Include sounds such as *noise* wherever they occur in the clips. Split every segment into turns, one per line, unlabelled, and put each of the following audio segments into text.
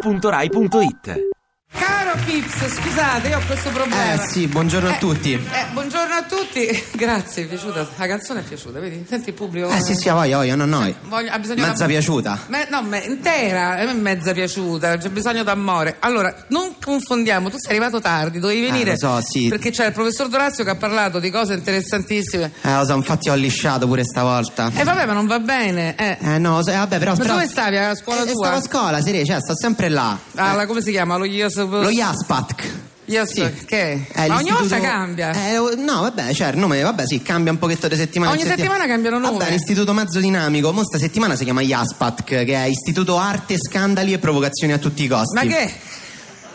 radio2pod.rai.it
Caro Pips, scusate, io ho questo problema.
Eh sì, buongiorno a
Eh,
tutti.
eh, buongiorno a tutti. *laughs* Grazie, è piaciuta. La canzone è piaciuta, vedi? Senti il pubblico.
Eh sì sì, a voi, a voi, non a noi.
Voglio- ha bisogno
Mezza
d'am-
piaciuta.
Me- no, me- intera, a me è mezza piaciuta, c'è bisogno d'amore. Allora, non confondiamo, tu sei arrivato tardi, dovevi venire.
Eh, lo so, sì.
Perché c'è il professor Dorazio che ha parlato di cose interessantissime.
Eh lo so, infatti ho lisciato pure stavolta.
E vabbè, ma non va bene. Eh.
Eh no, so- eh, vabbè però...
Ma
però-
dove stavi? A scuola
Eh,
tua?
Stavo a scuola, sì, cioè sto sempre là.
Alla- come si chiama? Lo Ios.
Lo Jaspatk.
Ios-
sì.
Che? è?
Eh,
ma ogni
l'istituto-
volta cambia.
Eh, o- no, vabbè, cioè il nome, vabbè sì, cambia un pochetto di settimana. in
Ogni settimana cambiano nome.
Vabbè, l'istituto mezzo dinamico, mo sta settimana si chiama Jaspatk, che è istituto arte, scandali e provocazioni a tutti i costi.
ma che?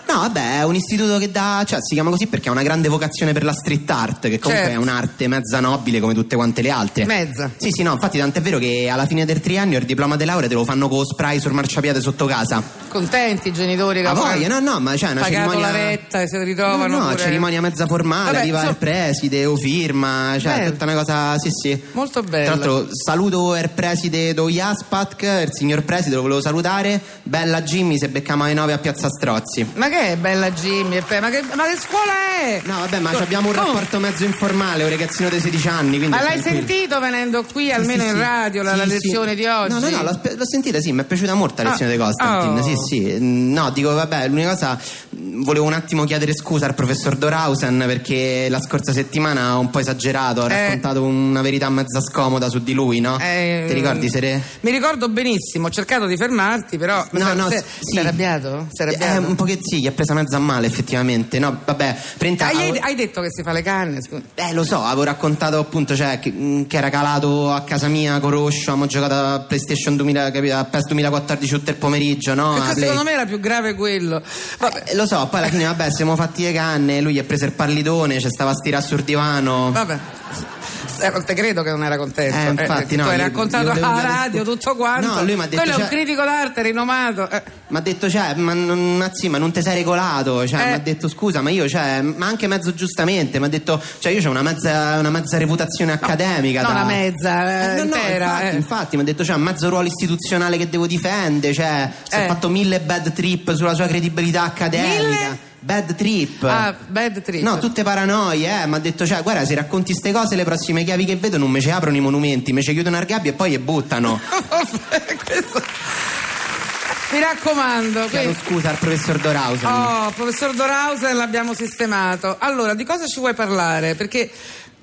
No, vabbè, è un istituto che dà, cioè si chiama così perché ha una grande vocazione per la street art, che comunque
Certo.
è un'arte mezza nobile come tutte quante le altre.
Mezza.
Sì, sì, no, infatti tant'è vero che alla fine del triennio il diploma di laurea te lo fanno con lo spray sul marciapiede sotto casa.
Contenti i genitori che
A
hanno
voglia, no, no, ma c'è una
pagato
cerimonia...
la retta e si ritrovano.
No, no,
pure-
cerimonia mezza formale,
Vabbè,
arriva
insomma,
il preside o firma, cioè
Bello.
tutta una cosa, sì sì.
Molto bello.
Tra l'altro saluto il preside do Jaspatk, il signor preside lo volevo salutare, bella Jimmy se beccamo alle 9 a Piazza Strozzi.
Ma che è bella Jimmy? e Pe- Ma che, ma che scuola è?
No, vabbè, ma abbiamo un
Come?
rapporto mezzo informale, un ragazzino di 16 anni. Quindi
Ma l'hai
tranquillo.
sentito venendo qui
Sì,
almeno
sì,
in
sì.
radio la,
Sì,
la
sì.
lezione di oggi?
No, no, no, l'ho, l'ho sentita, sì, mi è piaciuta molto la
Ah,
lezione di Costantin.
oh.
Sì, sì. Mm, No, dico, vabbè, l'unica cosa, mm, volevo un attimo chiedere scusa al professor Dorausen perché la scorsa settimana ho un po' esagerato, ho
Eh.
raccontato una verità mezza scomoda su di lui, no?
Eh,
Ti ricordi, Sere?
Mi ricordo benissimo, ho cercato di fermarti, però.
No,
Sei-
no,
sei-
sì.
sei arrabbiato? Sei
Eh,
arrabbiato?
un po' che sì, gli ha presa mezza a male, effettivamente. No, vabbè, prenta-
Ah, ieri- hai detto che si fa le canne, scusa.
Eh, lo so, avevo raccontato appunto cioè, che, mh, che era calato a casa mia con Roscio, abbiamo giocato a PlayStation 2000, capito, a PES 2014 tutto il pomeriggio, no?
Perché
A Play-
secondo me era più grave quello. Vabbè,
Eh, lo so, poi alla fine, vabbè, siamo fatti le canne, lui gli ha preso il pallidone, ci stava a stirare sul divano.
vabbè. Eh, non te credo che non era contento.
Eh, infatti,
eh,
no,
tu hai
gli- gli
raccontato
volevo
alla
dare-
radio tutto quanto.
No, lui m'ha detto,
Quello è un
cioè-
critico d'arte rinomato. eh.
Mi ha detto, cioè, ma non, ma sì, ma non ti sei regolato, cioè,
Eh.
mi ha detto scusa, ma io, cioè, ma anche mezzo giustamente, mi ha detto, cioè, io ho una mezza, una mezza reputazione accademica.
no,
da-
una mezza, eh,
no, no,
intera,
infatti,
eh.
infatti, mi ha detto, cioè, mezzo ruolo istituzionale che devo difendere, cioè, si
Eh.
è fatto mille bad trip sulla sua credibilità accademica.
Mille?
Bad trip.
Ah, bad trip.
No, tutte paranoie, eh. Mi ha detto, cioè, guarda, se racconti ste cose, le prossime chiavi che vedo non me ci aprono i monumenti, me ci chiudono a gabbia e poi le
*laughs*
buttano.
*laughs* Vabbè, questo- Mi raccomando,
Chiedo
quindi...
scusa al professor Dorausen.
Oh, professor Dorausen l'abbiamo sistemato. Allora, di cosa ci vuoi parlare? Perché,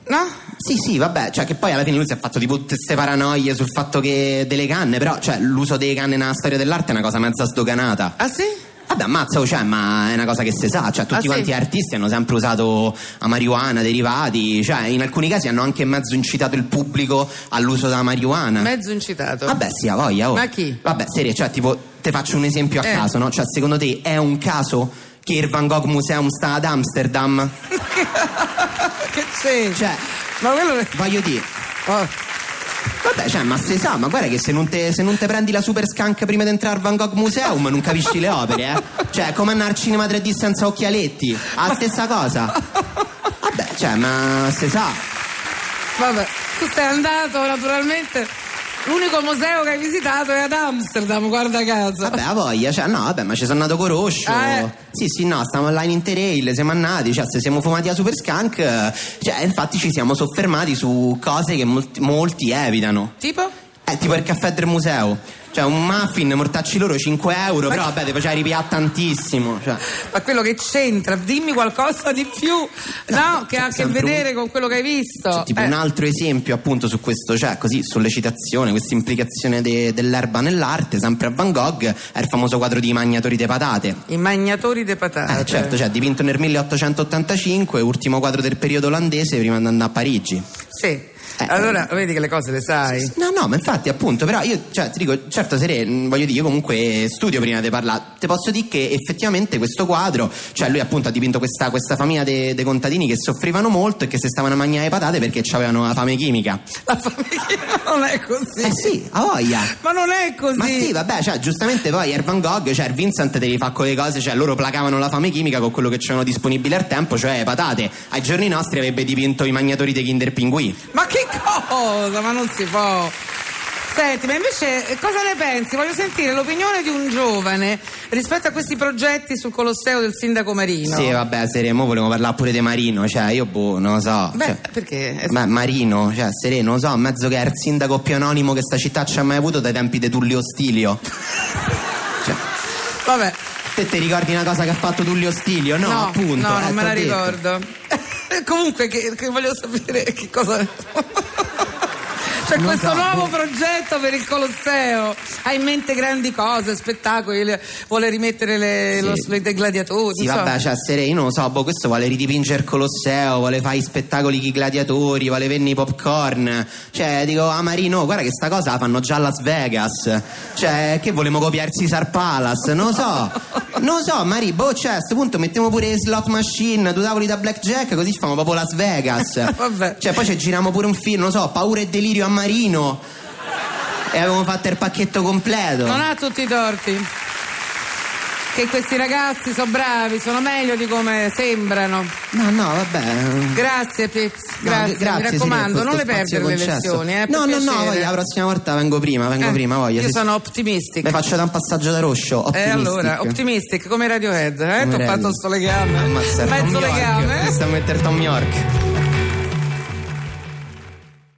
no?
Sì, sì, vabbè, cioè che poi alla fine lui si è fatto tipo tutte queste paranoie sul fatto che delle canne, però, cioè, l'uso delle canne nella storia dell'arte è una cosa mezza sdoganata.
Ah sì?
Vabbè, ammazza, cioè, ma è una cosa che si sa, cioè, tutti
Ah, sì?
quanti gli artisti hanno sempre usato la marijuana, derivati, cioè, in alcuni casi hanno anche mezzo incitato il pubblico all'uso della marijuana.
Mezzo incitato.
Vabbè, sì, ha voglia. oh.
Ma chi?
Vabbè, serie, cioè, tipo, te faccio un esempio a
Eh.
caso, no? Cioè, secondo te è un caso che il Van Gogh Museum sta ad Amsterdam?
che c'è?
Cioè,
Ma quello...
voglio dire.
Oh,
Vabbè, cioè, ma se sa, ma guarda che se non te, se non te prendi la super skank prima di entrare al Van Gogh Museum non capisci le opere, eh? Cioè, è come andare al cinema 3D senza occhialetti, la stessa cosa. Vabbè, cioè, ma se sa.
vabbè, tu sei andato naturalmente... L'unico museo che hai visitato è ad Amsterdam, guarda caso.
Vabbè, ha voglia, cioè, no, vabbè, ma ci sono andato con Roscio.
Ah, eh.
Sì, sì, no, stiamo online in Interrail, siamo andati, cioè, se siamo fumati a Super Skunk, eh, cioè, infatti ci siamo soffermati su cose che molti, molti evitano.
Tipo?
Eh, tipo il caffè del museo. Cioè, un muffin, mortacci loro 5 euro, però vabbè, ti faceva ripiare tantissimo. Cioè.
Ma quello che c'entra, dimmi qualcosa di più, no? Che ha a che
sempre
vedere con quello che hai visto.
Cioè, tipo
Eh.
un altro esempio appunto su questo, cioè così, sollecitazione, questa implicazione de- dell'erba nell'arte, sempre a Van Gogh, è il famoso quadro di Magnatori de Patate.
I magnatori de
Eh,
patate.
certo, cioè dipinto nel 1885, ultimo quadro del periodo olandese prima di andare a Parigi.
Sì.
Eh,
allora, vedi che le cose le sai.
No, no, ma infatti appunto, però io cioè, ti dico, certo Sere, mh, voglio dire, io comunque studio prima di parlare, ti posso dire che effettivamente questo quadro, cioè lui appunto ha dipinto questa, questa famiglia dei contadini che soffrivano molto e che si stavano a mangiare le patate perché avevano la fame chimica.
La famiglia non è così.
Eh sì, a voglia!
Ma non è così.
Ma sì, vabbè, cioè, giustamente poi Air Van Gogh, cioè il Vincent te li fa con le cose, cioè loro placavano la fame chimica con quello che c'erano disponibile al tempo, cioè le patate. Ai giorni nostri avrebbe dipinto i magnatori dei Kinder Pinguì.
Ma che cosa? Ma non si può. Senti, ma invece eh, cosa ne pensi? Voglio sentire l'opinione di un giovane rispetto a questi progetti sul Colosseo del sindaco Marino.
Sì, eh, vabbè, Sereno, volevo parlare pure di Marino, cioè io boh, non lo so.
Beh,
cioè,
perché?
ma Marino, cioè Sereno, lo so, mezzo che è il sindaco più anonimo che sta città ci ha mai avuto dai tempi di Tullio Stilio.
Vabbè,
Te ti ricordi una cosa che ha fatto Tullio Stilio? No, appunto.
no, non
eh,
me
t'ho
la
detto.
ricordo. *laughs* Comunque, che, che voglio sapere che cosa. *laughs* C'è
Non
questo
so.
nuovo progetto per il Colosseo. Ha in mente grandi cose, spettacoli, le- vuole rimettere le,
Sì.
lo- le- dei gladiatori.
Sì,
non so.
vabbè, cioè Sereno, lo so, boh, questo vuole ridipingere il Colosseo, vuole fare i spettacoli chi gladiatori, vuole venne i popcorn. Cioè, dico, a Marino, guarda che sta cosa la fanno già a Las Vegas. Cioè, che volevamo copiarsi Sar Palace? Non lo so. Non lo so, Mari, boh, cioè, a sto punto mettiamo pure le slot machine, due tavoli da blackjack, così facciamo proprio Las
*laughs*
Vegas.
Vabbè.
Cioè, poi ci giriamo pure un film, non lo so, Paura e delirio a Marino. E avevamo fatto il pacchetto completo.
Non ha tutti i torti. Che questi ragazzi sono bravi, sono meglio di come sembrano.
No, no, vabbè.
Grazie Pips,
No,
grazie,
gra- grazie,
mi
sì,
raccomando,
per
non le
questo spazio
perdere le
concesso.
lezioni. Eh, per
no, no, no,
piacere.
voglio, la prossima volta vengo prima, vengo
Eh,
prima, voglio.
Io
sì,
sono
sì.
optimistic.
Mi faccio da un passaggio da roscio,
E
optimistic.
allora, optimistic come Radiohead, eh? Ti ho
Come
fatto
Radio.
sto legame.
Ammazza,
Mezzo
Tom York.
legame. eh?
Mi sta a mettere Tom York.